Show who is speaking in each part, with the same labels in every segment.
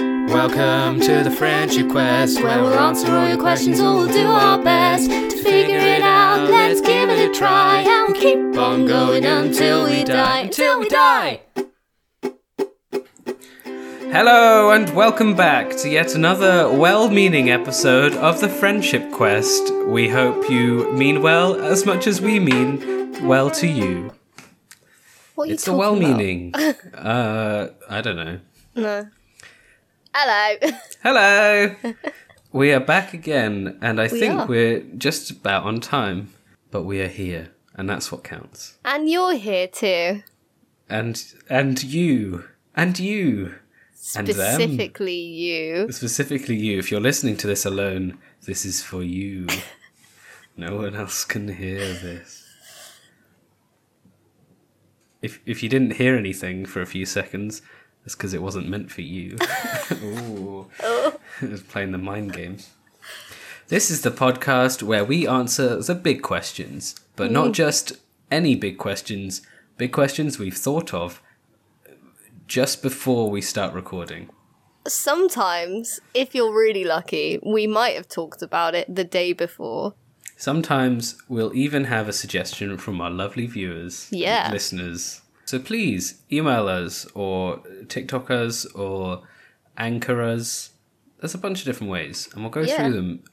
Speaker 1: Welcome to the Friendship Quest, where we'll answer all your questions or we'll do our best to figure it out. Let's give it a try and we'll keep on going until we die. Until we die!
Speaker 2: Hello, and welcome back to yet another well meaning episode of The Friendship Quest. We hope you mean well as much as we mean well to you.
Speaker 3: What are you
Speaker 2: It's the
Speaker 3: talking
Speaker 2: well
Speaker 3: about?
Speaker 2: meaning. uh, I don't know.
Speaker 3: No. Hello.
Speaker 2: Hello! we are back again, and I think
Speaker 3: are.
Speaker 2: we're just about on time, but we are here, and that's what counts.
Speaker 3: and you're here too.
Speaker 2: And and you, and you, and them.
Speaker 3: Specifically you.
Speaker 2: Specifically, you. If you're listening to this alone, this is for you. no one else can hear this. If if you didn't hear anything for a few seconds, that's because it wasn't meant for you. Ooh, it was playing the mind game. This is the podcast where we answer the big questions, but not just any big questions. Big questions we've thought of just before we start recording.
Speaker 3: Sometimes, if you're really lucky, we might have talked about it the day before.
Speaker 2: Sometimes we'll even have a suggestion from our lovely viewers, and
Speaker 3: Yeah.
Speaker 2: listeners. So please email us or TikTok us or anchor us. There's a bunch of different ways, and we'll go
Speaker 3: Yeah.
Speaker 2: through them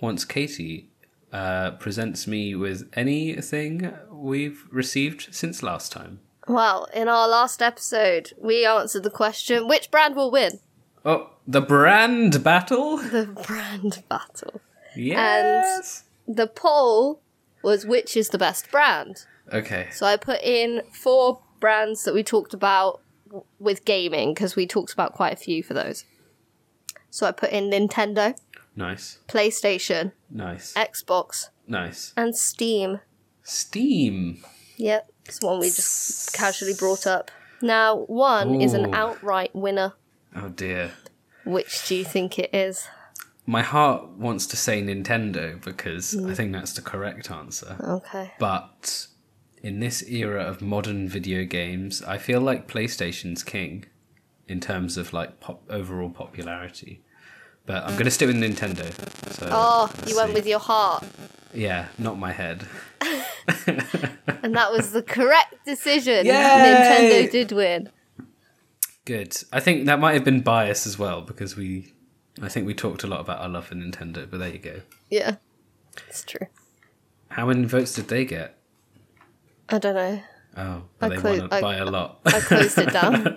Speaker 2: once Katie uh, presents me with anything we've received since last time.
Speaker 3: Well, in our last episode, we answered the question which brand will win?
Speaker 2: Oh, the brand battle!
Speaker 3: The brand battle.
Speaker 2: Yes!
Speaker 3: The poll was which is the best brand?
Speaker 2: Okay.
Speaker 3: So I put in four brands that we talked about w- with gaming because we talked about quite a few for those. So I put in Nintendo,
Speaker 2: Nice.
Speaker 3: PlayStation,
Speaker 2: Nice.
Speaker 3: Xbox,
Speaker 2: Nice.
Speaker 3: and Steam.
Speaker 2: Steam!
Speaker 3: Yep, it's one we just casually brought up. Now, one is
Speaker 2: Ooh.
Speaker 3: an outright winner.
Speaker 2: Oh dear.
Speaker 3: Which do you think it is?
Speaker 2: my heart wants to say Nintendo because
Speaker 3: Mm.
Speaker 2: I think that's the correct answer.
Speaker 3: Okay.
Speaker 2: But in this era of modern video games, I feel like PlayStation's king in terms of like pop- overall popularity. But I'm going to stick with Nintendo. So
Speaker 3: Oh,
Speaker 2: let's
Speaker 3: you went
Speaker 2: see.
Speaker 3: with your heart.
Speaker 2: yeah, not my head.
Speaker 3: And that was the correct decision.
Speaker 2: Yay!
Speaker 3: Nintendo did win.
Speaker 2: Good. I think that might have been bias as well because we, I think we talked a lot about our love for Nintendo. But there you go.
Speaker 3: Yeah. It's true.
Speaker 2: How many votes did they get?
Speaker 3: I don't know.
Speaker 2: Oh, but
Speaker 3: I
Speaker 2: they
Speaker 3: clo-
Speaker 2: won
Speaker 3: I-
Speaker 2: by a lot.
Speaker 3: I closed it down.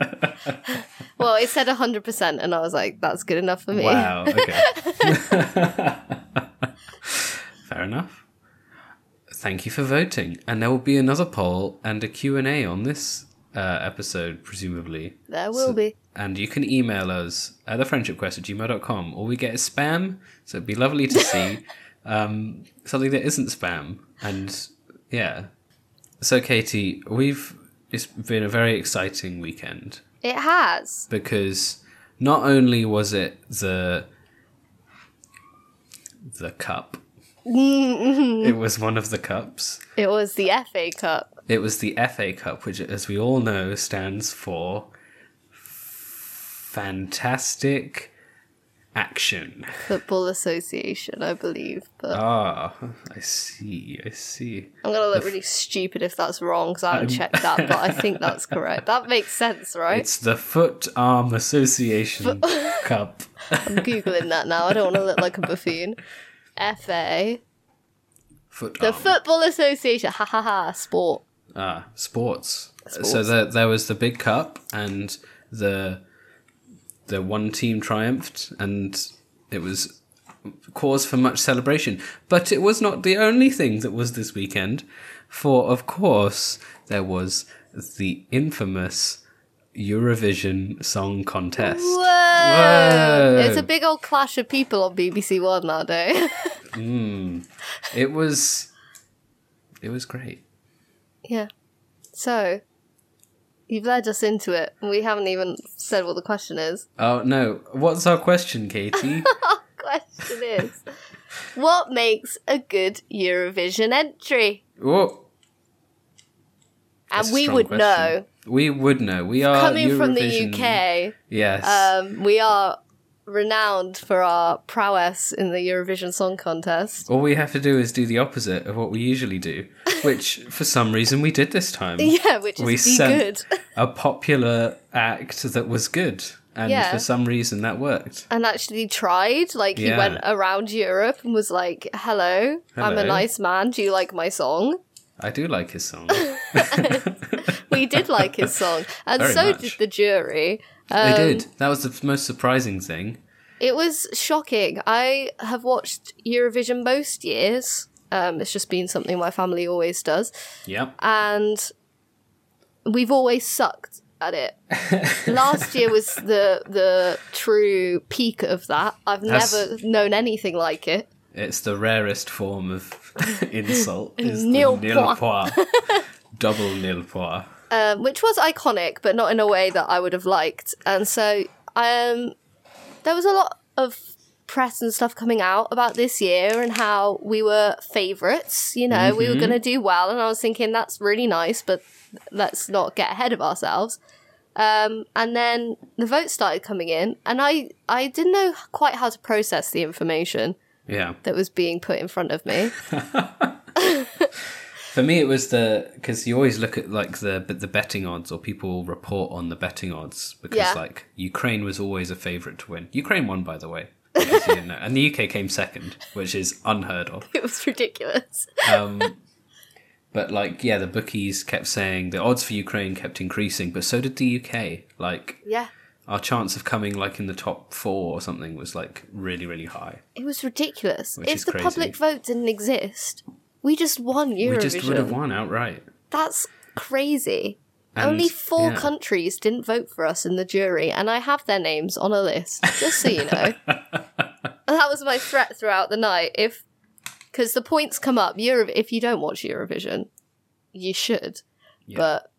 Speaker 3: well, it said 100%, and I was like, that's good enough for me.
Speaker 2: Wow. Okay. Fair enough. Thank you for voting, and there will be another poll and a Q and A on this uh, episode, presumably.
Speaker 3: There will
Speaker 2: So-
Speaker 3: be.
Speaker 2: And you can email us at thefriendshipquest at gmail.com. All we get is spam, so it'd be lovely to see um, something that isn't spam. And yeah. So, Katie, we've. It's been a very exciting weekend
Speaker 3: It has.
Speaker 2: because not only was it the the cup it was one of the cups
Speaker 3: It was the FA Cup.
Speaker 2: it was the FA Cup which as we all know stands for fantastic action
Speaker 3: Football Association, I believe. But
Speaker 2: ah i see i see
Speaker 3: I'm going to look really stupid if that's wrong because I haven't checked that, but I think that's correct. That makes sense, right?
Speaker 2: it's the foot arm association cup
Speaker 3: I'm Googling that now. I don't want to look like a buffoon. FA.
Speaker 2: foot
Speaker 3: The
Speaker 2: arm.
Speaker 3: Football Association. Ha ha ha. Sport.
Speaker 2: Ah, sports. So
Speaker 3: Sports.
Speaker 2: there, there was the big cup, and the the one team triumphed, and it was cause for much celebration. But it was not the only thing that was this weekend, for of course there was the infamous Eurovision Song Contest.
Speaker 3: Whoa!
Speaker 2: Whoa.
Speaker 3: It's a big old clash of people on BBC One nowadays.
Speaker 2: It was it was great.
Speaker 3: Yeah. So, you've led us into it. and We haven't even said what the question is.
Speaker 2: Oh no! What's our question, Katie?
Speaker 3: Question is What makes a good Eurovision entry?
Speaker 2: Whoa.
Speaker 3: And
Speaker 2: That's a
Speaker 3: we
Speaker 2: strong
Speaker 3: would
Speaker 2: question. Uh,
Speaker 3: know.
Speaker 2: We would know. We are
Speaker 3: Coming from the uh,
Speaker 2: Eurovision-
Speaker 3: UK,
Speaker 2: Yes.
Speaker 3: um, we are renowned for our prowess in the Eurovision Song Contest.
Speaker 2: All we have to do is do the opposite of what we usually do, which for some reason we did this time.
Speaker 3: Yeah, which is
Speaker 2: we
Speaker 3: be
Speaker 2: sent
Speaker 3: good.
Speaker 2: a popular act that was good, and
Speaker 3: Yeah.
Speaker 2: for some reason that worked.
Speaker 3: And actually tried. Like he
Speaker 2: Yeah.
Speaker 3: went around Europe and was like, "Hello, I'm a
Speaker 2: Hello.
Speaker 3: nice man. Do you like my song?"
Speaker 2: I do like his song.
Speaker 3: We did like his song, and
Speaker 2: Very
Speaker 3: so
Speaker 2: much.
Speaker 3: did the jury. Um,
Speaker 2: they did. That was the f- most surprising thing.
Speaker 3: It was shocking. I have watched Eurovision most years. Um, it's just been something my family always does,
Speaker 2: Yep.
Speaker 3: and we've always sucked at it. Last year was the the true peak of that. I've
Speaker 2: That's-
Speaker 3: never known anything like it.
Speaker 2: It's the rarest form of insult. Is nil,
Speaker 3: Nil
Speaker 2: the nil pois. Double nil pois.
Speaker 3: um, which was iconic, but not in a way that I would have liked. And so um, there was a lot of press and stuff coming out about this year and how we were favourites, you know, we were going to do well. And I was thinking, that's really nice, but let's not get ahead of ourselves. Um, and then the votes started coming in, and I, I didn't know quite how to process the information
Speaker 2: Yeah.
Speaker 3: that was being put in front of me.
Speaker 2: For me, it was the because you always look at like the but the betting odds or people report on the betting odds because
Speaker 3: Yeah.
Speaker 2: like Ukraine was always a favorite to win. Ukraine won, by the way, in case you didn't know. and the UK came second, which is unheard of.
Speaker 3: it was ridiculous.
Speaker 2: But like, yeah, the bookies kept saying the odds for Ukraine kept increasing, but so did the UK. Like,
Speaker 3: Yeah.
Speaker 2: our chance of coming like in the top four or something was like really really high.
Speaker 3: It was ridiculous.
Speaker 2: Which
Speaker 3: if
Speaker 2: is
Speaker 3: the
Speaker 2: crazy.
Speaker 3: public vote didn't exist, we just won Eurovision.
Speaker 2: We just would have won outright.
Speaker 3: That's crazy.
Speaker 2: And,
Speaker 3: Only four
Speaker 2: yeah.
Speaker 3: countries didn't vote for us in the jury, and I have their names on a list, just so you know. that was my threat throughout the night. If because the points come up, Euro- if you don't watch Eurovision, you should. But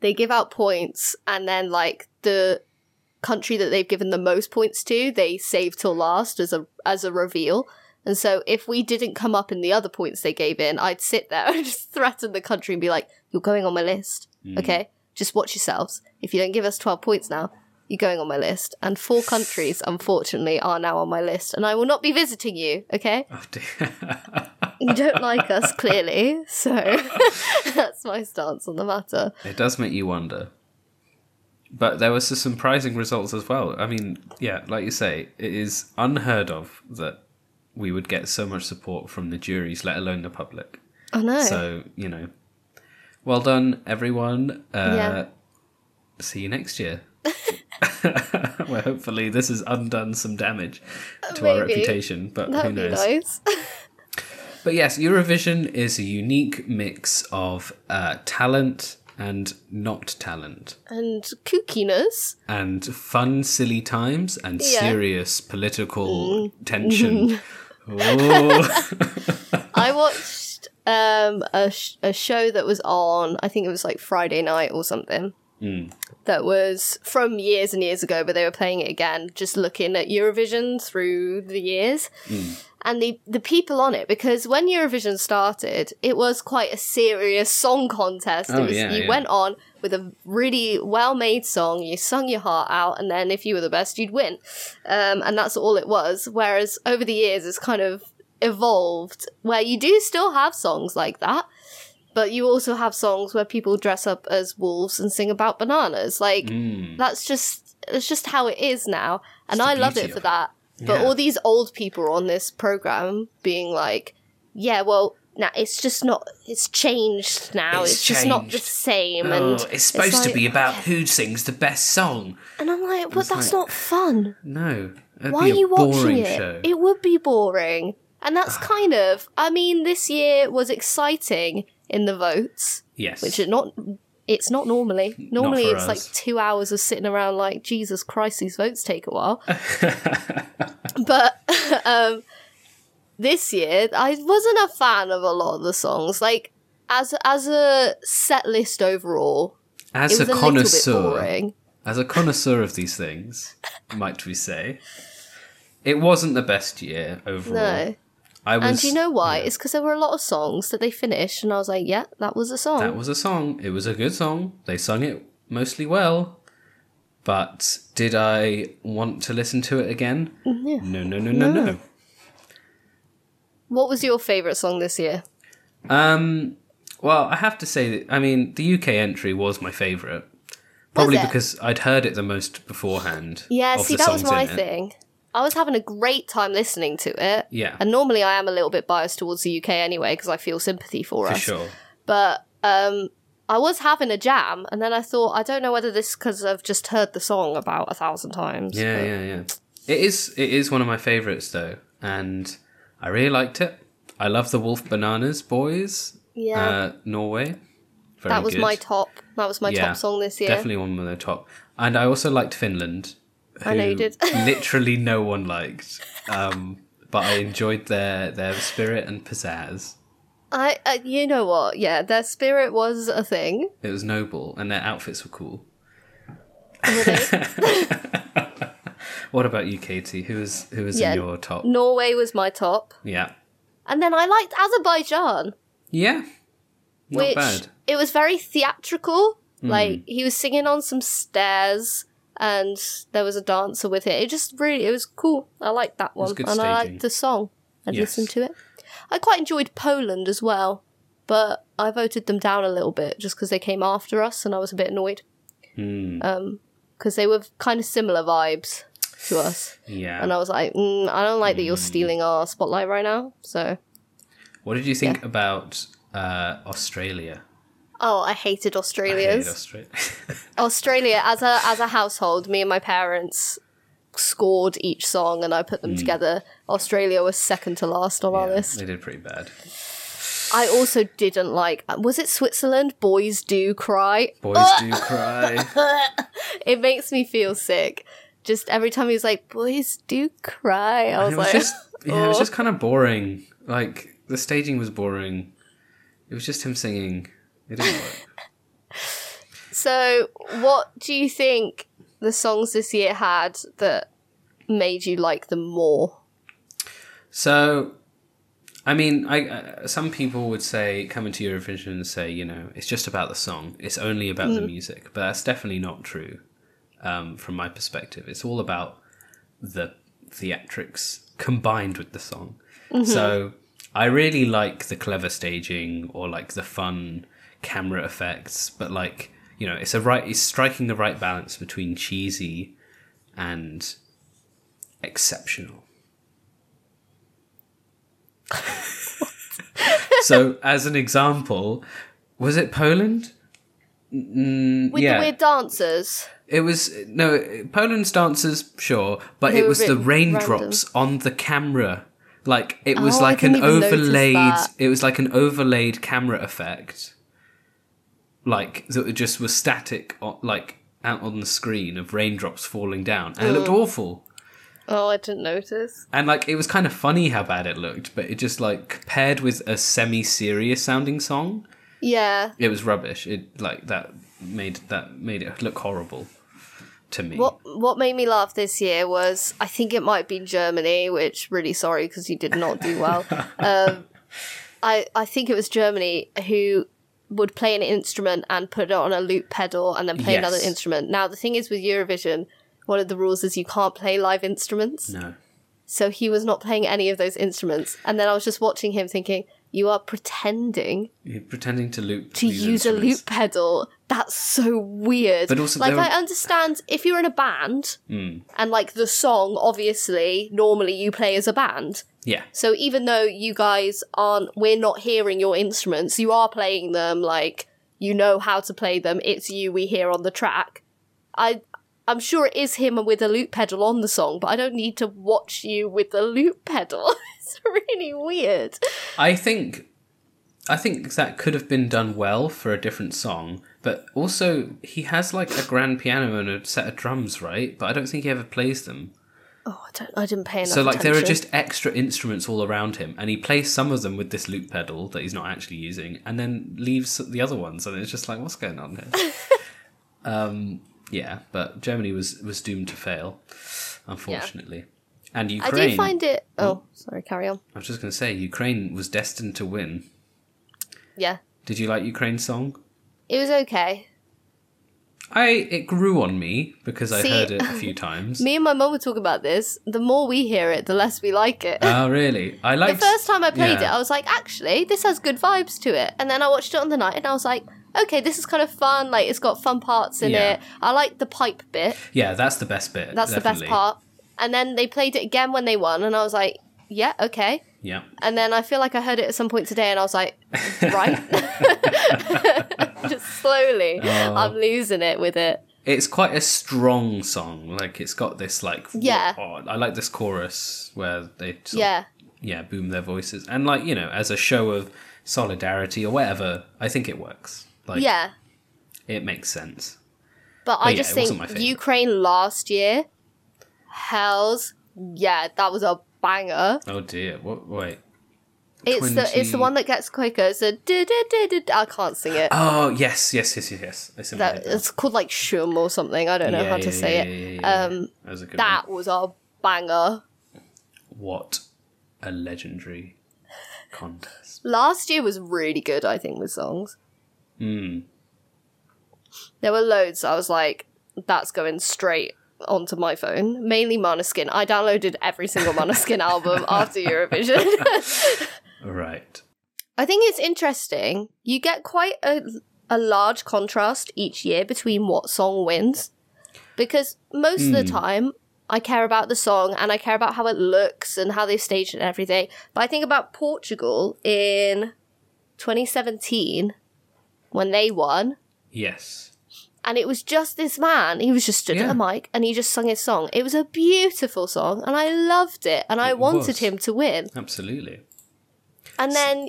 Speaker 3: they give out points, and then like the country that they've given the most points to, they save till last as a as a reveal. And so if we didn't come up in the other points they gave in, I'd sit there and just threaten the country and be like, You're going on my list.
Speaker 2: Hmm.
Speaker 3: Okay? Just watch yourselves. If you don't give us twelve points now, you're going on my list. And four countries, unfortunately, are now on my list. And I will not be visiting you, okay?
Speaker 2: Oh, dear.
Speaker 3: You don't like us, clearly. So that's my stance on the matter.
Speaker 2: It does make you wonder. But there was some surprising results as well. I mean, yeah, like you say, it is unheard of that we would get so much support from the juries, let alone the public.
Speaker 3: Oh no.
Speaker 2: So, you know, well done, everyone. Uh,
Speaker 3: Yeah.
Speaker 2: See you next year. Where hopefully this has undone some damage to our
Speaker 3: Maybe.
Speaker 2: reputation, but
Speaker 3: that
Speaker 2: who
Speaker 3: would be
Speaker 2: knows?
Speaker 3: nice.
Speaker 2: But yes, Eurovision is a unique mix of uh, talent and not talent,
Speaker 3: and kookiness.
Speaker 2: and fun, silly times, and
Speaker 3: Yeah. Mm.
Speaker 2: serious political tension. Oh,
Speaker 3: I watched um, a, sh- a show that was on, I think it was like Friday night or something, that was from years and years ago, but they were playing it again, just looking at Eurovision through the years.
Speaker 2: Hmm.
Speaker 3: And the, the people on it, because when Eurovision started, it was quite a serious song contest.
Speaker 2: Oh,
Speaker 3: it was,
Speaker 2: yeah,
Speaker 3: you
Speaker 2: yeah.
Speaker 3: went on with a really well made song, you sung your heart out, and then if you were the best, you'd win um, and that's all it was. Whereas over the years, it's kind of evolved where you do still have songs like that, but you also have songs where people dress up as wolves and sing about bananas. Like that's just it's just how it is now, and
Speaker 2: Mm. the
Speaker 3: I loved
Speaker 2: beauty of
Speaker 3: it for
Speaker 2: it.
Speaker 3: that. But
Speaker 2: Yeah.
Speaker 3: all these old people on this program being like, "Yeah, well." Nah, it's just not. It's changed now. It's,
Speaker 2: It's
Speaker 3: just not the
Speaker 2: changed.
Speaker 3: same.
Speaker 2: Oh,
Speaker 3: and
Speaker 2: it's supposed to
Speaker 3: like-
Speaker 2: be about who sings the best song.
Speaker 3: And I'm like, but
Speaker 2: like-
Speaker 3: that's not fun.
Speaker 2: No, it'd
Speaker 3: Why
Speaker 2: be
Speaker 3: are
Speaker 2: a
Speaker 3: you watching
Speaker 2: boring
Speaker 3: it?
Speaker 2: show. Ah.
Speaker 3: It would be boring. And that's kind of, I mean, this year was exciting in the votes,
Speaker 2: yes,
Speaker 3: which it not, it's not normally. Normally
Speaker 2: for
Speaker 3: it's like
Speaker 2: us.
Speaker 3: two hours of sitting around like, Jesus Christ, these votes take a while. but um, this year, I wasn't a fan of a lot of the songs. Like, as, as a set list overall,
Speaker 2: as a
Speaker 3: it was a, little bit
Speaker 2: connoisseur,
Speaker 3: boring.
Speaker 2: as a connoisseur of these things, might we say, it wasn't the best year overall.
Speaker 3: No.
Speaker 2: I was,
Speaker 3: And do you know why? It's because there were a lot of songs that they finished, and I was like, yeah, that was a song.
Speaker 2: That was a song. It was a good song. They sung it mostly well. But did I want to listen to it again? No, no, no, no, no.
Speaker 3: What was your favourite song this year?
Speaker 2: Um, well, I have to say that I mean the UK entry was my favourite, probably
Speaker 3: it?
Speaker 2: because I'd heard it the most beforehand.
Speaker 3: Yeah,
Speaker 2: of
Speaker 3: see,
Speaker 2: the
Speaker 3: that was
Speaker 2: songs in
Speaker 3: my
Speaker 2: it.
Speaker 3: thing. I was having a great time listening to it.
Speaker 2: Yeah.
Speaker 3: And normally I am a little bit biased towards the UK anyway because I feel sympathy for,
Speaker 2: For
Speaker 3: us.
Speaker 2: sure.
Speaker 3: But um, I was having a jam, and then I thought, I don't know whether this because I've just heard the song about a thousand times.
Speaker 2: Yeah,
Speaker 3: but-
Speaker 2: yeah, yeah. It is. It is one of my favourites though, and I really liked it. I love the Wolf Bananas Boys.
Speaker 3: Yeah.
Speaker 2: Uh, Norway. Very
Speaker 3: that was
Speaker 2: good.
Speaker 3: my top. That was my top song this year.
Speaker 2: Definitely one of the top. And I also liked Finland.
Speaker 3: I know you
Speaker 2: who
Speaker 3: did.
Speaker 2: literally no one liked. Um, but I enjoyed their their spirit and pizzazz.
Speaker 3: I, uh, you know what? Yeah, their spirit was a thing.
Speaker 2: It was noble, and their outfits were cool. what about you, Katie? Who is who is
Speaker 3: Yeah.
Speaker 2: in your top?
Speaker 3: Norway was my top,
Speaker 2: Yeah,
Speaker 3: and then I liked Azerbaijan,
Speaker 2: yeah, not
Speaker 3: which
Speaker 2: bad. Hmm.
Speaker 3: it was very theatrical. Like he was singing on some stairs, and there was a dancer with it. It just really, it was cool. I liked that one,
Speaker 2: good
Speaker 3: and I
Speaker 2: staging.
Speaker 3: liked the song. I
Speaker 2: Yes.
Speaker 3: listened to it. I quite enjoyed Poland as well, but I voted them down a little bit just because they came after us, and I was a bit annoyed.
Speaker 2: Hmm.
Speaker 3: because they were kind of similar vibes to us.
Speaker 2: Yeah. Hmm.
Speaker 3: And I was like, mm, I don't like that you're stealing our spotlight right now. So,
Speaker 2: What did you think about uh, Australia?
Speaker 3: oh, I hated
Speaker 2: I
Speaker 3: Australia's
Speaker 2: hated Australia.
Speaker 3: Australia as a as a household. Me and my parents scored each song, and I put them together. Australia was second to last on our
Speaker 2: Mm. Yeah,
Speaker 3: list.
Speaker 2: they did pretty bad.
Speaker 3: I also didn't like. Was it Switzerland? Boys do cry.
Speaker 2: Boys do cry.
Speaker 3: It makes me feel sick. Just every time he was like, "Boys do cry," I was,
Speaker 2: it was
Speaker 3: like,
Speaker 2: just yeah, it was
Speaker 3: "Oh."
Speaker 2: just kind of boring. Like the staging was boring. It was just him singing. It didn't work.
Speaker 3: So, what do you think the songs this year had that made you like them more?
Speaker 2: so, I mean, I uh, some people would say coming to Eurovision and say, you know, it's just about the song. It's only about the music, but that's definitely not true. Um, from my perspective, it's all about the theatrics combined with the song. So I really like the clever staging or like the fun camera effects, but like you know, it's a right, it's striking the right balance between cheesy and exceptional. so, as an example, was it Poland? Mm,
Speaker 3: With
Speaker 2: yeah.
Speaker 3: the weird dancers.
Speaker 2: It was no Poland's dancers, sure, but
Speaker 3: They
Speaker 2: it
Speaker 3: were
Speaker 2: was
Speaker 3: a
Speaker 2: the
Speaker 3: bit
Speaker 2: raindrops on the camera. Like it was
Speaker 3: Oh, I
Speaker 2: like an
Speaker 3: didn't even notice
Speaker 2: overlaid.
Speaker 3: that.
Speaker 2: It was like an overlaid camera effect. Like that just was static, o- like out on the screen of raindrops falling down, and it looked
Speaker 3: Mm.
Speaker 2: awful.
Speaker 3: Oh, I didn't notice.
Speaker 2: And like it was kind of funny how bad it looked, but it just like paired with a semi-serious sounding song,
Speaker 3: Yeah.
Speaker 2: it was rubbish. It like that made that made it look horrible to me.
Speaker 3: What what made me laugh this year was I think it might be Germany, which really sorry because you did not do well. um, I I think it was Germany who would play an instrument and put it on a loop pedal and then play
Speaker 2: Yes.
Speaker 3: another instrument. Now the thing is with Eurovision, one of the rules is you can't play live instruments.
Speaker 2: No.
Speaker 3: So he was not playing any of those instruments. And then I was just watching him thinking, you are pretending
Speaker 2: You're pretending to loop
Speaker 3: to
Speaker 2: these
Speaker 3: use a
Speaker 2: instruments.
Speaker 3: loop pedal. That's so weird.
Speaker 2: But also
Speaker 3: like,
Speaker 2: there Hmm.
Speaker 3: I
Speaker 2: were-
Speaker 3: understand if you're in a band and, like, the song, obviously, normally you play as a band.
Speaker 2: Yeah.
Speaker 3: So even though you guys aren't, we're not hearing your instruments, you are playing them, like, you know how to play them. It's you we hear on the track. I. I'm sure it is him with a loop pedal on the song, but I don't need to watch you with the loop pedal. it's really weird.
Speaker 2: I think I think that could have been done well for a different song, but also he has like a grand piano and a set of drums, right? But I don't think he ever plays them.
Speaker 3: Oh, I don't. I didn't pay enough.
Speaker 2: So like there are
Speaker 3: attention.
Speaker 2: just extra instruments all around him and he plays some of them with this loop pedal that he's not actually using and then leaves the other ones and it's just like what's going on here? um yeah, but Germany was was doomed to fail, unfortunately. And
Speaker 3: I
Speaker 2: Ukraine
Speaker 3: do find it. Oh, sorry. Carry on.
Speaker 2: I was just going to say Ukraine was destined to win.
Speaker 3: Yeah,
Speaker 2: Did you like Ukraine's song?
Speaker 3: it was okay.
Speaker 2: I it grew on me because I
Speaker 3: See-
Speaker 2: heard it a few times.
Speaker 3: Me and my mum were talking about this. The more we hear it, the less we like it.
Speaker 2: Oh, really? I like
Speaker 3: the first time I played
Speaker 2: yeah.
Speaker 3: it, I was like, actually, this has good vibes to it. And then I watched it on the night and I was like, okay, this is kind of fun. Like, it's got fun parts in
Speaker 2: Yeah.
Speaker 3: it. I like the pipe bit.
Speaker 2: Yeah, that's the best bit.
Speaker 3: That's the
Speaker 2: definitely.
Speaker 3: best part. And then they played it again when they won. And I was like, yeah, okay.
Speaker 2: Yeah.
Speaker 3: And then I feel like I heard it at some point today and I was like, right? Just slowly,
Speaker 2: Oh.
Speaker 3: I'm losing it with it.
Speaker 2: It's quite a strong song. Like it's got this like
Speaker 3: Yeah.
Speaker 2: oh, I like this chorus where they sort of,
Speaker 3: Yeah.
Speaker 2: yeah, boom their voices. And like, you know, as a show of solidarity or whatever, I think it works. Like
Speaker 3: Yeah.
Speaker 2: it makes sense.
Speaker 3: But I
Speaker 2: yeah,
Speaker 3: just
Speaker 2: it wasn't my
Speaker 3: think
Speaker 2: favourite.
Speaker 3: Ukraine last year, Hells, yeah, that was a banger.
Speaker 2: Oh dear. What wait.
Speaker 3: It's the it's the
Speaker 2: 20
Speaker 3: one that gets quicker. It's a do do do do. do- I can't sing it.
Speaker 2: Oh yes, yes, yes, yes, yes. It's in my
Speaker 3: That
Speaker 2: head now.
Speaker 3: it's called like Shum or something. I don't know
Speaker 2: Yeah,
Speaker 3: how to
Speaker 2: yeah,
Speaker 3: say
Speaker 2: yeah,
Speaker 3: it.
Speaker 2: yeah, yeah, yeah.
Speaker 3: Um,
Speaker 2: that was a good
Speaker 3: That was a banger.
Speaker 2: one. What a legendary contest.
Speaker 3: Last year was really good. I think with songs.
Speaker 2: Hmm.
Speaker 3: There were loads. I was like, that's going straight onto my phone. Mainly Måneskin. I downloaded every single Måneskin album after Eurovision.
Speaker 2: Right.
Speaker 3: I think it's interesting. You get quite a, a large contrast each year between what song wins. Because most of
Speaker 2: Hmm.
Speaker 3: the time, I care about the song and I care about how it looks and how they've staged it and everything. But I think about Portugal in 2017 when they won.
Speaker 2: Yes.
Speaker 3: And it was just this man. He was just stood at
Speaker 2: Yeah.
Speaker 3: a mic and he just sung his song. It was a beautiful song and I loved it and I
Speaker 2: It
Speaker 3: wanted
Speaker 2: was.
Speaker 3: him to win.
Speaker 2: Absolutely.
Speaker 3: And then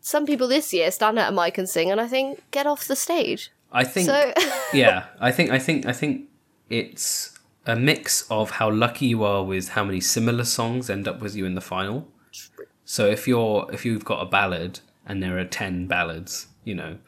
Speaker 3: some people this year stand at a mic and sing, and I think, get off the stage.
Speaker 2: I think
Speaker 3: So,
Speaker 2: yeah, I think I think I think it's a mix of how lucky you are with how many similar songs end up with you in the final. So if you're if you've got a ballad and there are ten ballads, you know,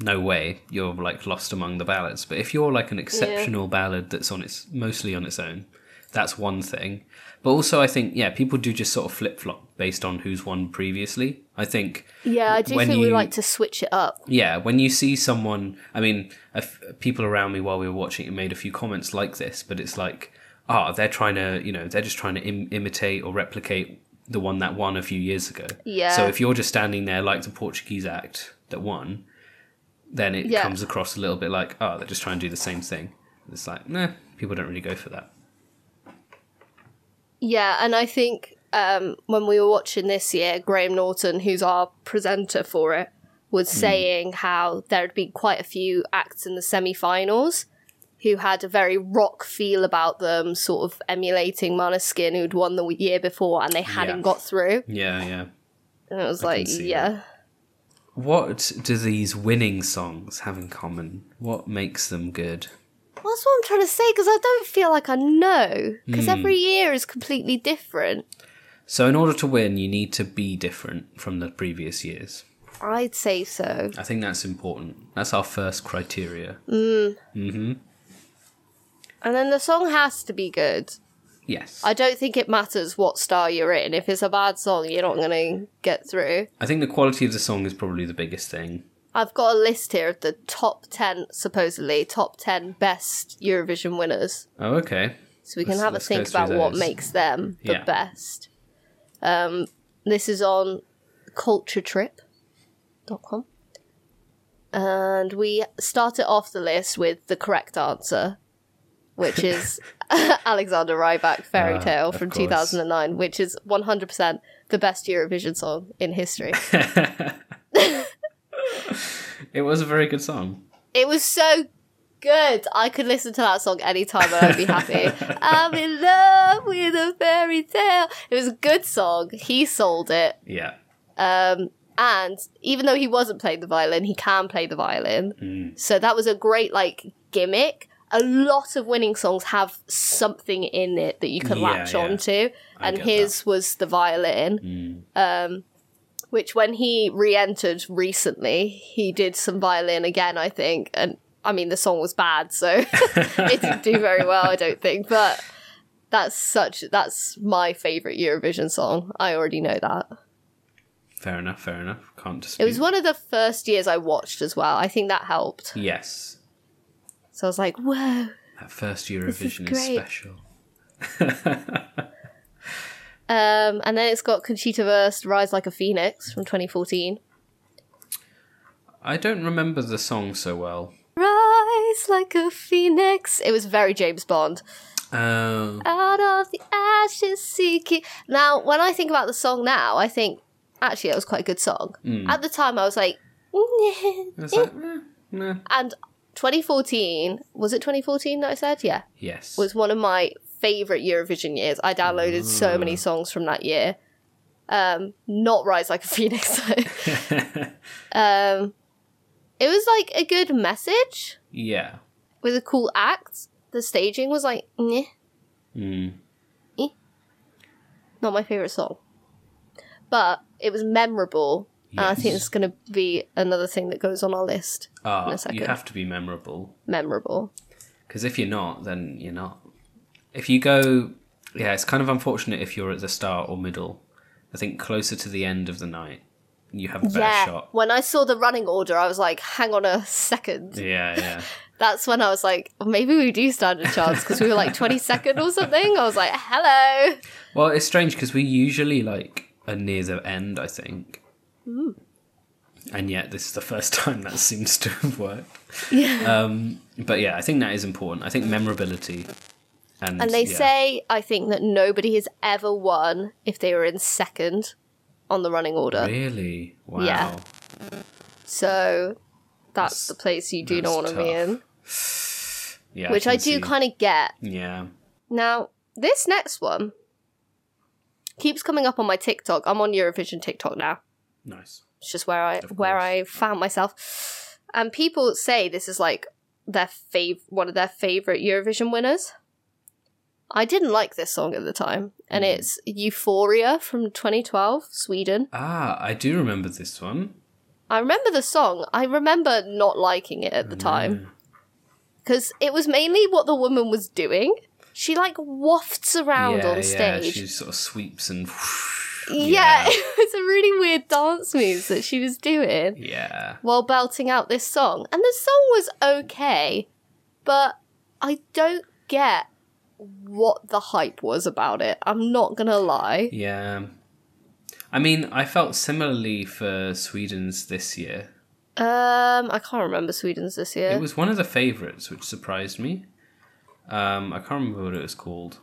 Speaker 2: no way you're like lost among the ballads. But if you're like an exceptional ballad that's on its mostly on its own, that's one thing. But also I think yeah, people do just sort of flip flop based on who's won previously. I think
Speaker 3: yeah, I do
Speaker 2: When
Speaker 3: think we
Speaker 2: you-
Speaker 3: like to switch it up.
Speaker 2: yeah, when you see someone, I mean, a f- people around me while we were watching it made a few comments like this, but it's like, ah, they're trying to, you know, they're just trying to Im- imitate or replicate the one that won a few years ago.
Speaker 3: Yeah.
Speaker 2: So if you're just standing there like the Portuguese act that won, then it
Speaker 3: Yeah.
Speaker 2: comes across a little bit like, oh, they're just trying to do the same thing. It's like, nah, people don't really go for that.
Speaker 3: Yeah, and I think um, when we were watching this year, Graham Norton, who's our presenter for it, was
Speaker 2: Hmm.
Speaker 3: saying how there had been quite a few acts in the semi finals who had a very rock feel about them, sort of emulating Maneskin, who'd won the year before, and they hadn't
Speaker 2: Yeah.
Speaker 3: got through.
Speaker 2: Yeah, yeah.
Speaker 3: And it was
Speaker 2: I can
Speaker 3: like,
Speaker 2: see
Speaker 3: yeah.
Speaker 2: What do these winning songs have in common? What makes them good?
Speaker 3: Well, that's what I'm trying to say because I don't feel like I know because every year is completely different.
Speaker 2: So, in order to win, you need to be different from the previous years.
Speaker 3: I'd say so.
Speaker 2: I think that's important. That's our first criteria.
Speaker 3: And then the song has to be good.
Speaker 2: Yes.
Speaker 3: I
Speaker 2: I,
Speaker 3: don't think it matters what star you're in. If it's a bad song, you're not going to get through.
Speaker 2: think the quality of the song is probably the biggest thing.
Speaker 3: I've got a list here of the top 10, supposedly, top 10 best Eurovision winners.
Speaker 2: Oh, okay.
Speaker 3: So we can
Speaker 2: Let's-
Speaker 3: have a
Speaker 2: let's go
Speaker 3: think
Speaker 2: through
Speaker 3: about what
Speaker 2: those.
Speaker 3: makes them the
Speaker 2: Yeah.
Speaker 3: best. Um, this is on culturetrip.com. And we started off the list with the correct answer, which is Alexander Rybak Fairy
Speaker 2: Ah,
Speaker 3: Tale
Speaker 2: of
Speaker 3: from
Speaker 2: course.
Speaker 3: 2009, which is 100% the best Eurovision song in history.
Speaker 2: It was a very good song.
Speaker 3: It was so good. I could listen to that song anytime and I'd be happy. I'm in love with a fairy tale. It was a good song. He sold it.
Speaker 2: Yeah.
Speaker 3: Um, And even though he wasn't playing the violin, he can play the violin.
Speaker 2: Mm.
Speaker 3: So that was a great, like, gimmick. A lot of winning songs have something in it that you can
Speaker 2: Yeah,
Speaker 3: latch
Speaker 2: yeah.
Speaker 3: onto.
Speaker 2: I
Speaker 3: And
Speaker 2: get Mm.
Speaker 3: his was the violin. Um, which when he re-entered recently, he did some violin again, I think. And I mean, the song was bad, so it didn't do very well, I don't think. But that's such that's my favorite Eurovision song. I already know that.
Speaker 2: Fair enough, fair enough. Can't dispute.
Speaker 3: It was one of the first years I watched as well. I think that helped.
Speaker 2: Yes.
Speaker 3: So I was like, whoa.
Speaker 2: That first Eurovision is,
Speaker 3: great.
Speaker 2: special.
Speaker 3: Um, and then it's got Conchita Wurst, Rise Like a Phoenix from 2014.
Speaker 2: I don't remember the song so well.
Speaker 3: Rise like a phoenix. It was very James Bond.
Speaker 2: Oh,
Speaker 3: Out of the ashes seeking. Now, when I think about the song now, I think actually it was quite a good song. At the time, I was like,
Speaker 2: Hmm. is that? eh, No.
Speaker 3: and 2014 was it 2014 that I said? Yeah,
Speaker 2: Yes.
Speaker 3: was one of my favorite Eurovision years. I downloaded so many
Speaker 2: Mm.
Speaker 3: songs from that year. Um, not Rise Like a Phoenix. Though. um, it was like a good message.
Speaker 2: yeah.
Speaker 3: with a cool act. The staging was like, Neh.
Speaker 2: Mm.
Speaker 3: not my favorite song, but it was memorable. And I think
Speaker 2: Yes.
Speaker 3: it's going to be another thing that goes on our list.
Speaker 2: Ah,
Speaker 3: Unless I
Speaker 2: you
Speaker 3: could.
Speaker 2: have to be memorable
Speaker 3: Memorable.
Speaker 2: because if you're not, then you're not. If you go, yeah, it's kind of unfortunate if you're at the start or middle. I think closer to the end of the night, you have a better
Speaker 3: yeah.
Speaker 2: shot.
Speaker 3: When I saw the running order, I was like, hang on a second.
Speaker 2: Yeah, yeah.
Speaker 3: That's when I was like, maybe we do stand a chance because we were like 22nd or something. I was like, hello.
Speaker 2: Well, it's strange because we usually like are near the end, I think. And yet, this is the first time that seems to have worked. Yeah. Um, but yeah, I think that is important. I think memorability. And,
Speaker 3: And they
Speaker 2: yeah.
Speaker 3: say, I think, that nobody has ever won if they were in second on the running order.
Speaker 2: Really? Wow.
Speaker 3: Yeah. So that's
Speaker 2: That's-
Speaker 3: the place you do not
Speaker 2: that's
Speaker 3: want to be
Speaker 2: tough.
Speaker 3: in,
Speaker 2: Yeah,
Speaker 3: which I, do kind of get.
Speaker 2: of. Yeah.
Speaker 3: Now, this next one keeps coming up on my TikTok. I'm on Eurovision TikTok now.
Speaker 2: Nice.
Speaker 3: It's just where I
Speaker 2: Of
Speaker 3: where
Speaker 2: course.
Speaker 3: I found myself. And people say this is like their fav- one of their favorite Eurovision winners. I didn't like this song at the time, and
Speaker 2: Hmm.
Speaker 3: it's Euphoria from 2012, Sweden.
Speaker 2: Ah, I do remember this one.
Speaker 3: I remember the song. I remember not liking it at the time
Speaker 2: Hmm.
Speaker 3: because it was mainly what the woman was doing. She like wafts around
Speaker 2: yeah,
Speaker 3: on
Speaker 2: Yeah,
Speaker 3: stage.
Speaker 2: she sort of sweeps and.
Speaker 3: Yeah, it was a really weird dance moves that she was doing
Speaker 2: Yeah.
Speaker 3: while belting out this song. And the song was okay, but I don't get what the hype was about it. I'm not gonna lie.
Speaker 2: Yeah. I mean, I felt similarly for Sweden's this year.
Speaker 3: Um, I can't remember Sweden's this year.
Speaker 2: It was one of the favorites, which surprised me. Um, I can't remember what it was called,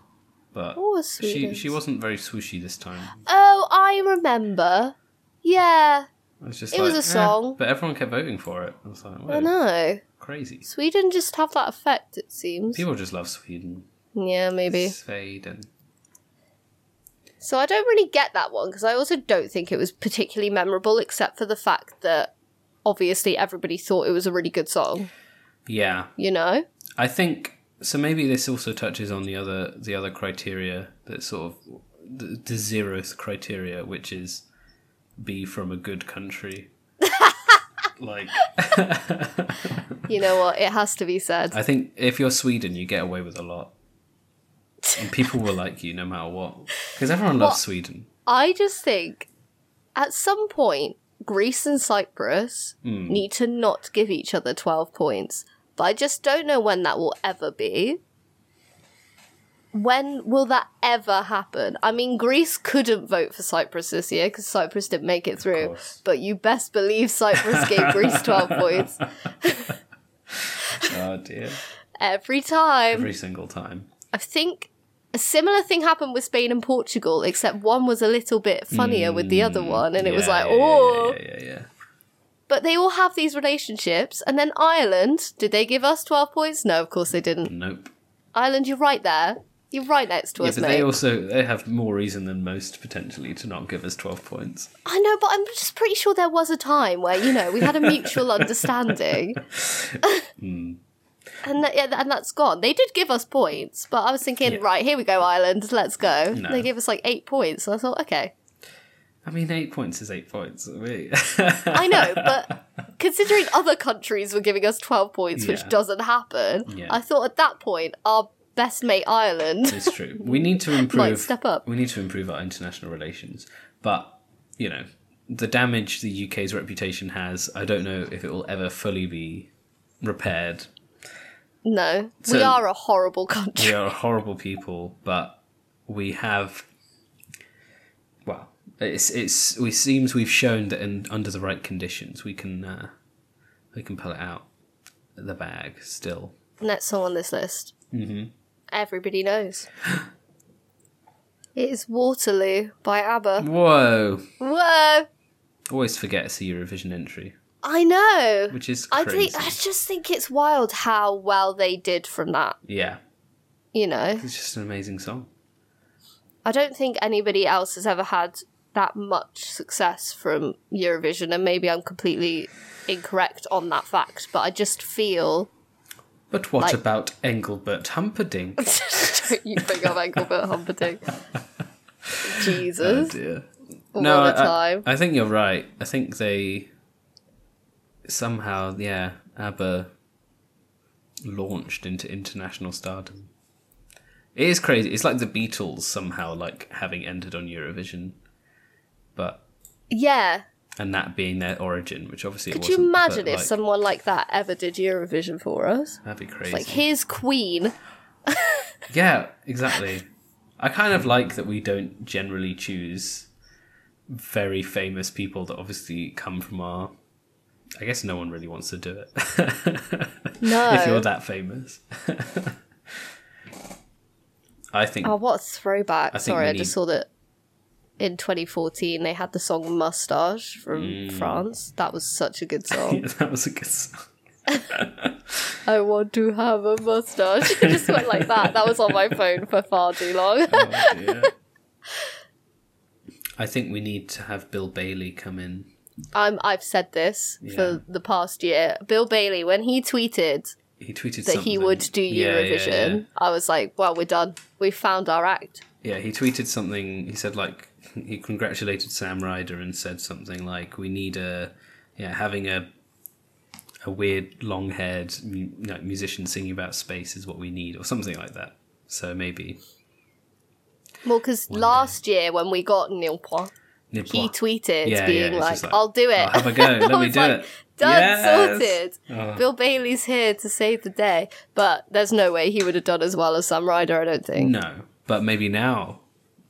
Speaker 2: but
Speaker 3: What was
Speaker 2: she
Speaker 3: Sweden's?
Speaker 2: she wasn't very swooshy this time.
Speaker 3: oh, I remember. Yeah,
Speaker 2: I was just
Speaker 3: It
Speaker 2: like,
Speaker 3: was a
Speaker 2: "Eh,"
Speaker 3: song.
Speaker 2: but everyone kept voting for it. I was like,
Speaker 3: I
Speaker 2: Whoa,
Speaker 3: know.
Speaker 2: crazy.
Speaker 3: Sweden just have that effect, it seems.
Speaker 2: People just love Sweden.
Speaker 3: Yeah, maybe.
Speaker 2: Sweden.
Speaker 3: So I don't really get that one because I also don't think it was particularly memorable, except for the fact that obviously everybody thought it was a really good song.
Speaker 2: Yeah,
Speaker 3: You know?
Speaker 2: I think so. Maybe this also touches on the other the other criteria that sort of the, the zeroth criteria, which is be from a good country. like
Speaker 3: You know what? It has to be said.
Speaker 2: I think if you're Sweden, you get away with a lot, and people will like you no matter what, because everyone loves
Speaker 3: What?
Speaker 2: Sweden.
Speaker 3: I just think at some point Greece and Cyprus
Speaker 2: Hmm.
Speaker 3: need to not give each other twelve points, but I just don't know when that will ever be. When will that ever happen? I mean, Greece couldn't vote for Cyprus this year because Cyprus didn't make it through.
Speaker 2: course.
Speaker 3: But you best believe Cyprus gave Greece 12 points
Speaker 2: Oh dear!
Speaker 3: every time.
Speaker 2: Every single time.
Speaker 3: I think a similar thing happened with Spain and Portugal, except one was a little bit funnier with the other one, and it was
Speaker 2: Mm, Yeah,
Speaker 3: like,
Speaker 2: yeah, yeah,
Speaker 3: oh.
Speaker 2: yeah, yeah, yeah.
Speaker 3: But they all have these relationships. And then Ireland, did they give us 12 points? No, of course they didn't.
Speaker 2: Nope.
Speaker 3: Ireland, you're right there. You're right next to
Speaker 2: Yeah,
Speaker 3: us,
Speaker 2: but
Speaker 3: mate.
Speaker 2: they also they have more reason than most potentially to not give us twelve points.
Speaker 3: I know, but I'm just pretty sure there was a time where, you know, we had a mutual understanding.
Speaker 2: Hmm.
Speaker 3: And that, yeah, and that's gone. They did give us points, but I was thinking,
Speaker 2: Yeah.
Speaker 3: right, here we go, Ireland, let's go.
Speaker 2: No.
Speaker 3: They gave us like eight points, and I thought, okay,
Speaker 2: I mean, eight points is eight points. I mean-
Speaker 3: I know, but considering other countries were giving us twelve points, which
Speaker 2: Yeah.
Speaker 3: doesn't happen,
Speaker 2: Yeah.
Speaker 3: I thought at that point our best mate Ireland.
Speaker 2: It's true. We need to improve.
Speaker 3: step up.
Speaker 2: We need to improve our international relations. But you know, the damage the UK's reputation has, I don't know if it will ever fully be repaired.
Speaker 3: No, we
Speaker 2: So-
Speaker 3: are a horrible country.
Speaker 2: we are horrible people, but we have. Well, it's it's it seems we've shown that in under the right conditions we can uh, we can pull it out the bag still.
Speaker 3: Next song on this list.
Speaker 2: Mhm.
Speaker 3: Everybody knows. it is Waterloo by ABBA.
Speaker 2: Whoa!
Speaker 3: Whoa!
Speaker 2: Always forget it's a Eurovision entry,
Speaker 3: I know.
Speaker 2: which is
Speaker 3: I
Speaker 2: crazy.
Speaker 3: think I just think it's wild how well they did from that.
Speaker 2: yeah,
Speaker 3: You know,
Speaker 2: it's just an amazing song.
Speaker 3: I don't think anybody else has ever had that much success from Eurovision, and maybe I'm completely incorrect on that fact, but I just feel.
Speaker 2: But what
Speaker 3: Like-
Speaker 2: about Engelbert Humperdinck?
Speaker 3: don't you bring up Engelbert Humperdinck?
Speaker 2: Oh
Speaker 3: Jesus!
Speaker 2: dear.
Speaker 3: What a
Speaker 2: I-
Speaker 3: time.
Speaker 2: I, I think you're right. I think they somehow, yeah, ABBA launched into international stardom. It is crazy. It's like the Beatles somehow like having ended on Eurovision, but
Speaker 3: yeah,
Speaker 2: and that being their origin, which obviously it
Speaker 3: could you
Speaker 2: wasn't, but,
Speaker 3: imagine if
Speaker 2: like,
Speaker 3: someone like that ever did Eurovision for us?
Speaker 2: that'd be crazy.
Speaker 3: Like, here's Queen.
Speaker 2: Yeah, exactly. I kind of like that we don't generally choose very famous people that obviously come from our. I guess no one really wants to do it.
Speaker 3: No.
Speaker 2: if you're that famous. I think.
Speaker 3: Oh, what a throwback.
Speaker 2: I think
Speaker 3: Sorry,
Speaker 2: we
Speaker 3: I just
Speaker 2: need-
Speaker 3: saw that in 2014 they had the song Mustache from
Speaker 2: Mm.
Speaker 3: France. That was such a good song.
Speaker 2: that was a good song.
Speaker 3: I want to have a mustache. it just went like that. That was on my phone for far too long.
Speaker 2: Oh, dear. I think we need to have Bill Bailey come in.
Speaker 3: I'm, Um, I've said this
Speaker 2: Yeah.
Speaker 3: for the past year. Bill Bailey, when he tweeted
Speaker 2: He tweeted
Speaker 3: that he
Speaker 2: something.
Speaker 3: would do
Speaker 2: Yeah, yeah,
Speaker 3: Eurovision,
Speaker 2: yeah.
Speaker 3: I was like, well, we're done. We found our act.
Speaker 2: Yeah, he tweeted something. He said like he congratulated Sam Ryder and said something like, "We need a yeah having a a weird long haired mu- like musician singing about space is what we need or something like that." So maybe
Speaker 3: Well, because last year when we got Nil Point, he
Speaker 2: Nipwa.
Speaker 3: tweeted
Speaker 2: Yeah,
Speaker 3: being
Speaker 2: yeah, it's
Speaker 3: like,
Speaker 2: just like,
Speaker 3: I'll do it.
Speaker 2: "I'll have a go.
Speaker 3: I
Speaker 2: Let me
Speaker 3: was
Speaker 2: do
Speaker 3: like,
Speaker 2: it."
Speaker 3: Done,
Speaker 2: Yes!
Speaker 3: sorted.
Speaker 2: Oh.
Speaker 3: Bill Bailey's here to save the day, but there's no way he would have done as well as Sam Ryder, I don't think.
Speaker 2: No, but maybe now.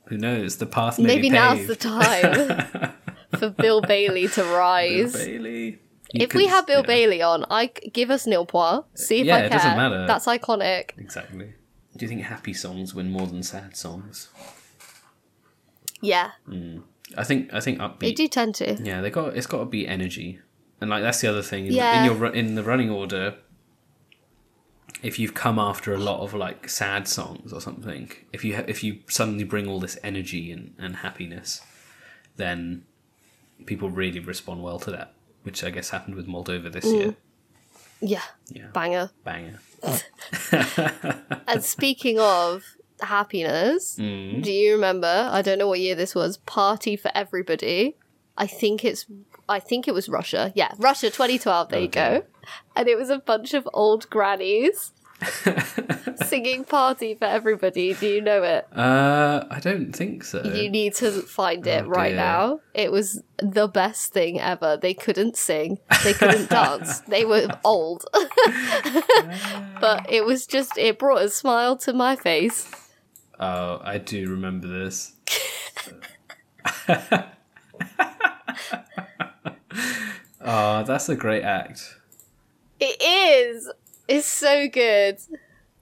Speaker 2: Who knows? The path may
Speaker 3: Maybe
Speaker 2: be
Speaker 3: now's the
Speaker 2: paved.
Speaker 3: time for Bill Bailey to
Speaker 2: Bill
Speaker 3: rise.
Speaker 2: Bailey. You
Speaker 3: If we
Speaker 2: could-
Speaker 3: have Bill
Speaker 2: yeah,
Speaker 3: Bailey on, I c- give us Neil Poir. See if
Speaker 2: Yeah,
Speaker 3: I care.
Speaker 2: it doesn't matter.
Speaker 3: That's iconic.
Speaker 2: exactly. Do you think happy songs win more than sad songs?
Speaker 3: Yeah,
Speaker 2: I think I think upbeat
Speaker 3: they do tend to.
Speaker 2: Yeah, they got it's got to be energy, and like that's the other thing. In,
Speaker 3: Yeah.
Speaker 2: in your ru- in the running order, if you've come after a lot of like sad songs or something, if you ha- if you suddenly bring all this energy and, and happiness, then people really respond well to that, which I guess happened with Moldova this year.
Speaker 3: Yeah,
Speaker 2: Yeah,
Speaker 3: banger.
Speaker 2: banger.
Speaker 3: And speaking of happiness,
Speaker 2: Mm.
Speaker 3: do you remember? I don't know what year this was. Party for everybody. I think it's. I think it was Russia. Yeah, Russia 2012. There you
Speaker 2: Okay.
Speaker 3: go. And it was a bunch of old grannies singing "Party for Everybody." Do you know it?
Speaker 2: Uh, I don't think so.
Speaker 3: You need to find it
Speaker 2: Oh,
Speaker 3: right
Speaker 2: dear.
Speaker 3: now. It was the best thing ever. They couldn't sing, they couldn't dance, they were old. but it was just, it brought a smile to my face.
Speaker 2: Oh, I do remember this. oh, that's a great act.
Speaker 3: It is! It's so good.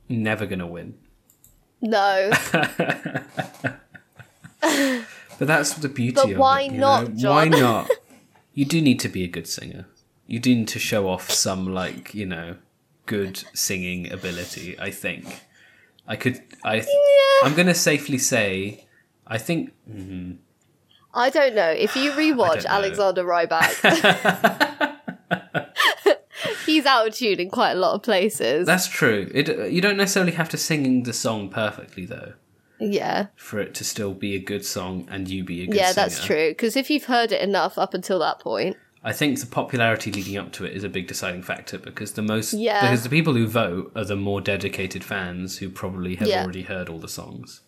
Speaker 2: Never gonna win.
Speaker 3: No,
Speaker 2: But that's the beauty
Speaker 3: But
Speaker 2: of it.
Speaker 3: why
Speaker 2: you
Speaker 3: not,
Speaker 2: know?
Speaker 3: John?
Speaker 2: Why not? You do need to be a good singer. You do need to show off some, like, you know, good singing ability, I think. I could. I. th- I'm gonna safely say. I think
Speaker 3: I don't know. If you rewatch
Speaker 2: know.
Speaker 3: Alexander Rybak, he's out of tune in quite a lot of places.
Speaker 2: that's true. It. You don't necessarily have to sing the song perfectly, though.
Speaker 3: yeah.
Speaker 2: for it to still be a good song and you be a good
Speaker 3: Yeah,
Speaker 2: singer.
Speaker 3: that's true. Because if you've heard it enough up until that point,
Speaker 2: I think the popularity leading up to it is a big deciding factor because the most
Speaker 3: Yeah.
Speaker 2: because the people who vote are the more dedicated fans who probably have
Speaker 3: Yeah.
Speaker 2: already heard all the songs.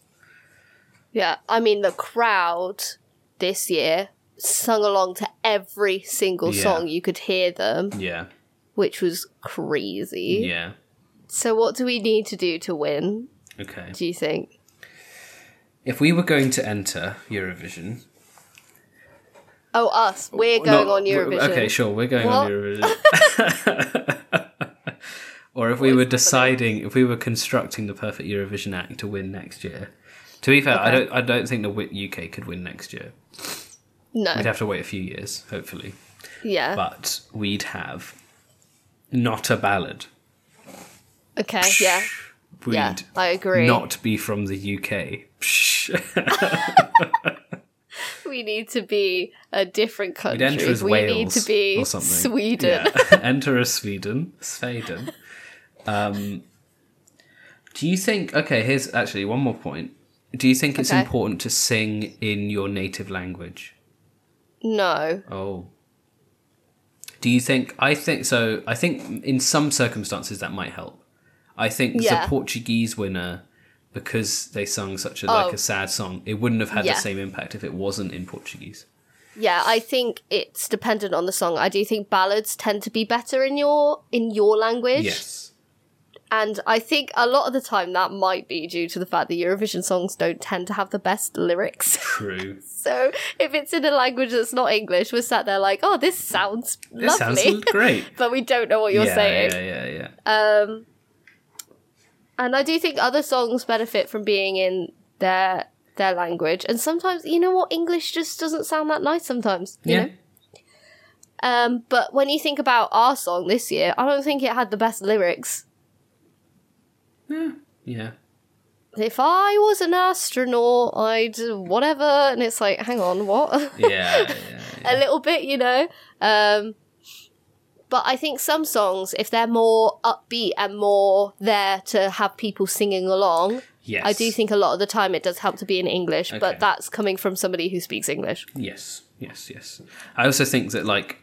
Speaker 3: Yeah, I mean the crowd this year sung along to every single
Speaker 2: Yeah.
Speaker 3: song. You could hear them,
Speaker 2: Yeah.
Speaker 3: which was crazy.
Speaker 2: Yeah.
Speaker 3: So, what do we need to do to win,
Speaker 2: Okay.
Speaker 3: do you think?
Speaker 2: If we were going to enter Eurovision,
Speaker 3: Oh, us. We're going
Speaker 2: Not-
Speaker 3: on
Speaker 2: w-
Speaker 3: Eurovision.
Speaker 2: Okay, sure, we're going on
Speaker 3: What?
Speaker 2: Eurovision. or if we
Speaker 3: What
Speaker 2: were
Speaker 3: is
Speaker 2: deciding, if we were constructing the perfect Eurovision act to win next year. To be fair, I
Speaker 3: Okay.
Speaker 2: don't. I don't think the wi- UK could win next year.
Speaker 3: No.
Speaker 2: We'd have to wait a few years, hopefully.
Speaker 3: yeah.
Speaker 2: But we'd have not a ballad.
Speaker 3: okay, yeah.
Speaker 2: We'd
Speaker 3: Yeah, I agree.
Speaker 2: not be from the UK. Psh.
Speaker 3: We need to be a different country.
Speaker 2: We'd enter as
Speaker 3: we
Speaker 2: Wales
Speaker 3: need to be
Speaker 2: or something.
Speaker 3: Sweden.
Speaker 2: Yeah. enter as Sweden. Sweden. Um, do you think? Okay, here's actually one more point. Do you think it's
Speaker 3: Okay.
Speaker 2: important to sing in your native language?
Speaker 3: No.
Speaker 2: Oh. Do you think? I think so. I think in some circumstances that might help. I think
Speaker 3: Yeah.
Speaker 2: the Portuguese winner, because they sung such a
Speaker 3: Oh.
Speaker 2: like a sad song, it wouldn't have had
Speaker 3: Yeah.
Speaker 2: the same impact if it wasn't in Portuguese.
Speaker 3: Yeah, I think it's dependent on the song. I do think ballads tend to be better in your in your language.
Speaker 2: Yes.
Speaker 3: And I think a lot of the time that might be due to the fact that Eurovision songs don't tend to have the best lyrics.
Speaker 2: True.
Speaker 3: so if it's in a language that's not English, we're sat there like, oh, this sounds
Speaker 2: It
Speaker 3: lovely.
Speaker 2: sounds great.
Speaker 3: but we don't know what you're
Speaker 2: yeah,
Speaker 3: saying.
Speaker 2: Yeah, yeah, yeah.
Speaker 3: Um, and I do think other songs benefit from being in their their language. And sometimes, you know what, English just doesn't sound that nice sometimes. You
Speaker 2: yeah.
Speaker 3: Know? Um, but when you think about our song this year, I don't think it had the best lyrics.
Speaker 2: Yeah.
Speaker 3: If I was an astronaut, I'd whatever. And it's like, hang on, what?
Speaker 2: Yeah. yeah, yeah,
Speaker 3: a little bit, you know. Um, but I think some songs, if they're more upbeat and more there to have people singing along,
Speaker 2: Yes.
Speaker 3: I do think a lot of the time it does help to be in English,
Speaker 2: Okay.
Speaker 3: but that's coming from somebody who speaks English.
Speaker 2: Yes. Yes. Yes. I also think that like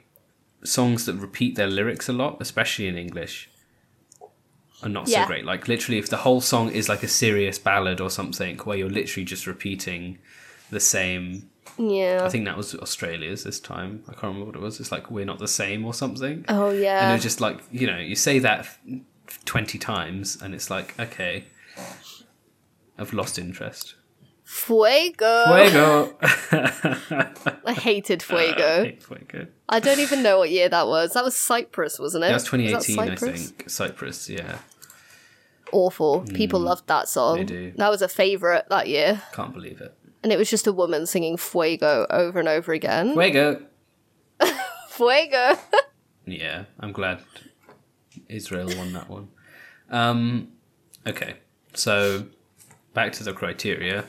Speaker 2: songs that repeat their lyrics a lot, especially in English, are not
Speaker 3: Yeah.
Speaker 2: so great. Like literally, if the whole song is like a serious ballad or something, where you're literally just repeating the same.
Speaker 3: Yeah.
Speaker 2: I think that was Australia's this time. I can't remember what it was. It's like we're not the same or something.
Speaker 3: oh
Speaker 2: and it
Speaker 3: yeah.
Speaker 2: was just like you know you say that f- 20 times and it's like okay i've lost interest
Speaker 3: Fuego.
Speaker 2: fuego Uh,
Speaker 3: I hated Fuego.
Speaker 2: Hey, fuego
Speaker 3: I don't even know what year that was. That was Cyprus, wasn't it?
Speaker 2: that was
Speaker 3: that
Speaker 2: 2018 i
Speaker 3: Cyprus?
Speaker 2: think cyprus yeah
Speaker 3: Awful. People loved that song.
Speaker 2: Mm, They do.
Speaker 3: That was a favorite that year,
Speaker 2: can't believe it
Speaker 3: and it was just a woman singing Fuego over and over again.
Speaker 2: fuego
Speaker 3: Fuego.
Speaker 2: yeah i'm glad israel won that one um okay so back to the criteria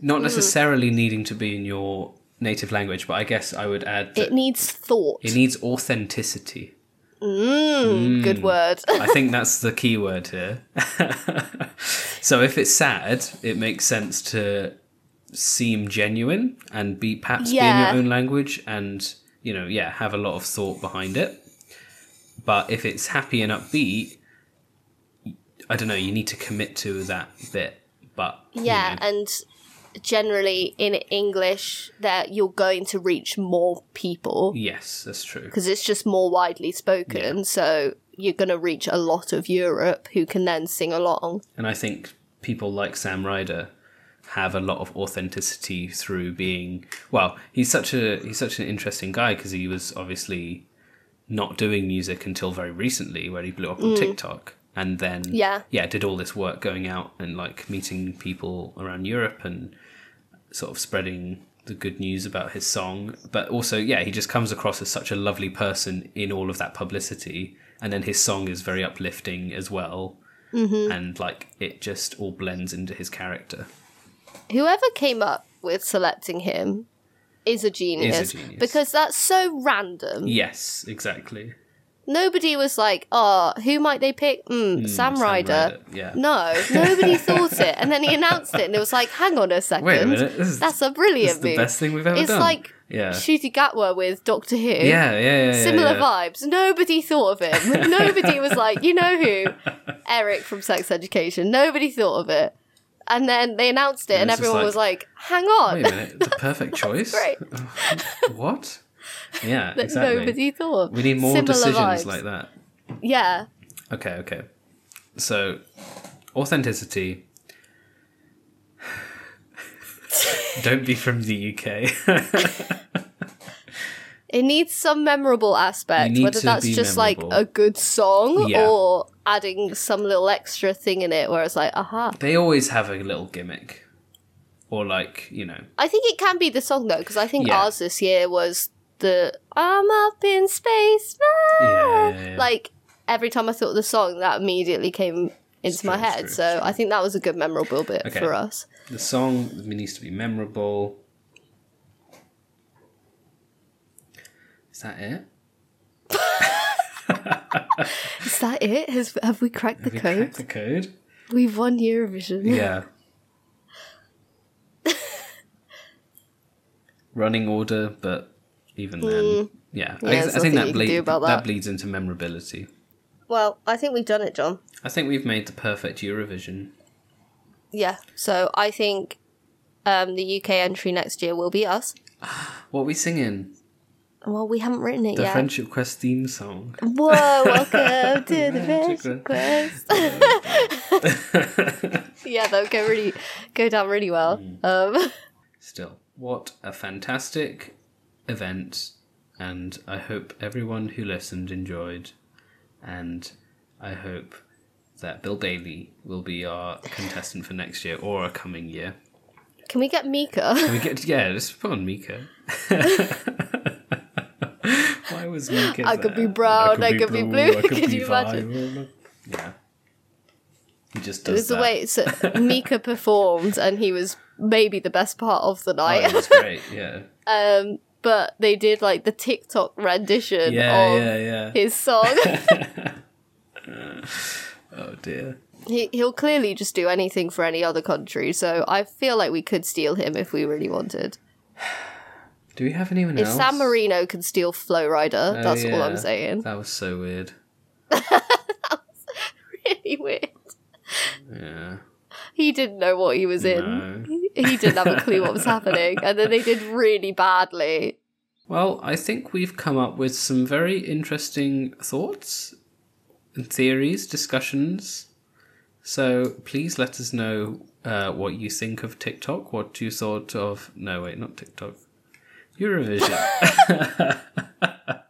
Speaker 3: Hmm.
Speaker 2: not necessarily needing to be in your native language but i guess i would add that
Speaker 3: it needs thought.
Speaker 2: it needs authenticity
Speaker 3: Good word.
Speaker 2: I think that's the key word here. so if it's sad, it makes sense to seem genuine and be perhaps be in
Speaker 3: Yeah.
Speaker 2: your own language and you know yeah have a lot of thought behind it. But if it's happy and upbeat, I don't know. You need to commit to that bit. But you
Speaker 3: Yeah,
Speaker 2: know,
Speaker 3: and generally in English, that you're going to reach more people
Speaker 2: yes, that's true.
Speaker 3: because it's just more widely spoken. So you're going to reach a lot of Europe who can then sing along.
Speaker 2: And I think people like Sam Ryder have a lot of authenticity through being well, he's such a he's such an interesting guy because he was obviously not doing music until very recently where he blew up on TikTok and then
Speaker 3: Yeah.
Speaker 2: yeah, did all this work going out and like meeting people around Europe and sort of spreading the good news about his song. But also, yeah, he just comes across as such a lovely person in all of that publicity. And then his song is very uplifting as well. And like it just all blends into his character.
Speaker 3: Whoever came up with selecting him is a genius,
Speaker 2: genius.
Speaker 3: because that's so random.
Speaker 2: Yes, exactly.
Speaker 3: Nobody was like, oh, who might they pick? Mm, Sam Ryder.
Speaker 2: Hmm, Ryder, yeah.
Speaker 3: No, nobody thought it. And then he announced it, and it was like, hang on a second.
Speaker 2: Wait a minute. This is,
Speaker 3: That's a
Speaker 2: this
Speaker 3: brilliant
Speaker 2: is the
Speaker 3: move.
Speaker 2: best thing we've ever
Speaker 3: It's
Speaker 2: done.
Speaker 3: like
Speaker 2: yeah.
Speaker 3: Shooty Gatwa with Doctor Who.
Speaker 2: yeah, yeah, yeah, yeah,
Speaker 3: Similar
Speaker 2: yeah.
Speaker 3: vibes. Nobody thought of it. Nobody was like, you know who? Eric from Sex Education. Nobody thought of it. And then they announced it, and,
Speaker 2: And it's just
Speaker 3: everyone
Speaker 2: like-
Speaker 3: was like, hang on.
Speaker 2: Wait a minute. The perfect choice.
Speaker 3: Great.
Speaker 2: What? Yeah,
Speaker 3: That
Speaker 2: exactly.
Speaker 3: nobody thought.
Speaker 2: We need more decisions like that.
Speaker 3: Yeah.
Speaker 2: Okay, okay. So, authenticity. Don't be from the UK.
Speaker 3: It needs some memorable aspect,
Speaker 2: need
Speaker 3: whether
Speaker 2: to
Speaker 3: that's
Speaker 2: be
Speaker 3: just
Speaker 2: memorable.
Speaker 3: like a good song
Speaker 2: Yeah.
Speaker 3: or adding some little extra thing in it where it's like, aha.
Speaker 2: they always have a little gimmick. Or, like, you know,
Speaker 3: I think it can be the song though, because I think
Speaker 2: Yeah.
Speaker 3: ours this year was the I'm up in space. ah."
Speaker 2: Yeah, yeah, yeah.
Speaker 3: Like every time I thought of the song, that immediately came into my
Speaker 2: true, it's
Speaker 3: head.
Speaker 2: true,
Speaker 3: so I think that was a good memorable bit
Speaker 2: Okay.
Speaker 3: for us.
Speaker 2: the song needs to be memorable. Is that it?
Speaker 3: Is that it? Has, have we cracked the
Speaker 2: Have we
Speaker 3: code?
Speaker 2: cracked the code?
Speaker 3: We've won Eurovision.
Speaker 2: Yeah. Running order, but even then, yeah. I,
Speaker 3: Mm. Yeah,
Speaker 2: I
Speaker 3: there's
Speaker 2: think
Speaker 3: nothing
Speaker 2: that,
Speaker 3: you can
Speaker 2: bleed,
Speaker 3: do about
Speaker 2: that
Speaker 3: that.
Speaker 2: bleeds into memorability.
Speaker 3: Well, I think we've done it, John.
Speaker 2: I think we've made the perfect Eurovision.
Speaker 3: Yeah. So I think um, the UK entry next year will be us.
Speaker 2: What are we singing?
Speaker 3: Well, we haven't written it
Speaker 2: The
Speaker 3: yet.
Speaker 2: Friendship Quest theme song.
Speaker 3: Whoa, welcome to the
Speaker 2: Magic
Speaker 3: Friendship Quest. yeah, that'll go really go down really well.
Speaker 2: Mm.
Speaker 3: Um,
Speaker 2: Still, what a fantastic event, and I hope everyone who listened enjoyed, and I hope that Bill Bailey will be our contestant for next year or our coming year.
Speaker 3: can we get Mika?
Speaker 2: We get yeah, just put on Mika. Why was Mika?
Speaker 3: I could
Speaker 2: there?
Speaker 3: be brown, I could be blue,
Speaker 2: I
Speaker 3: could you imagine?
Speaker 2: violet. Yeah, he just
Speaker 3: It
Speaker 2: does
Speaker 3: was the
Speaker 2: that.
Speaker 3: way so Mika performed, and he was maybe the best part of the
Speaker 2: Oh,
Speaker 3: night.
Speaker 2: it was great. Yeah,
Speaker 3: um, but they did like the TikTok rendition
Speaker 2: yeah,
Speaker 3: of
Speaker 2: yeah, yeah.
Speaker 3: his song.
Speaker 2: Oh dear.
Speaker 3: he, he'll clearly just do anything for any other country, so I feel like we could steal him if we really wanted.
Speaker 2: Do we have anyone
Speaker 3: If
Speaker 2: else?
Speaker 3: San Marino can steal Flow Rider,
Speaker 2: Oh,
Speaker 3: that's all
Speaker 2: yeah.
Speaker 3: I'm saying.
Speaker 2: That was so weird.
Speaker 3: really weird.
Speaker 2: Yeah.
Speaker 3: He didn't know what he was in.
Speaker 2: No.
Speaker 3: He didn't have a clue what was happening, and then they did really badly.
Speaker 2: Well, I think we've come up with some very interesting thoughts and theories, discussions. So please let us know uh, what you think of TikTok, what you thought of. No, wait, not TikTok. Eurovision.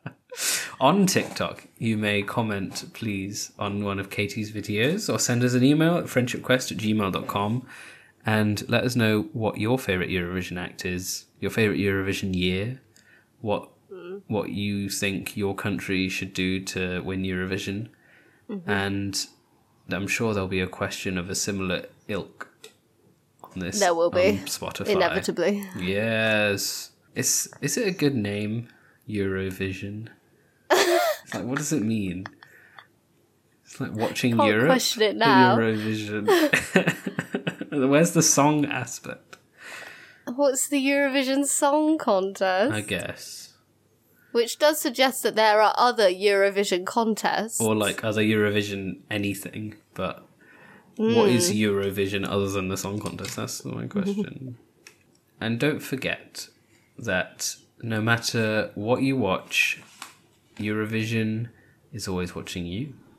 Speaker 2: on TikTok, you may comment, please, on one of Katie's videos or send us an email at friendshipquest at gmail.com and let us know what your favourite Eurovision act is, your favourite Eurovision year, what
Speaker 3: Mm-hmm.
Speaker 2: what you think your country should do to win Eurovision,
Speaker 3: Mm-hmm.
Speaker 2: and I'm sure there'll be a question of a similar ilk on this.
Speaker 3: There will be.
Speaker 2: on Spotify.
Speaker 3: Inevitably.
Speaker 2: Yes. Is is it a good name? Eurovision. it's like what does it mean? It's like watching
Speaker 3: Can't
Speaker 2: Europe.
Speaker 3: question it
Speaker 2: but
Speaker 3: now.
Speaker 2: Eurovision. Where's the song aspect?
Speaker 3: What's the Eurovision Song Contest?
Speaker 2: I guess.
Speaker 3: Which does suggest that there are other Eurovision contests.
Speaker 2: Or like other Eurovision anything, but what is Eurovision other than the song contest? That's my question. and don't forget that no matter what you watch, Eurovision is always watching you.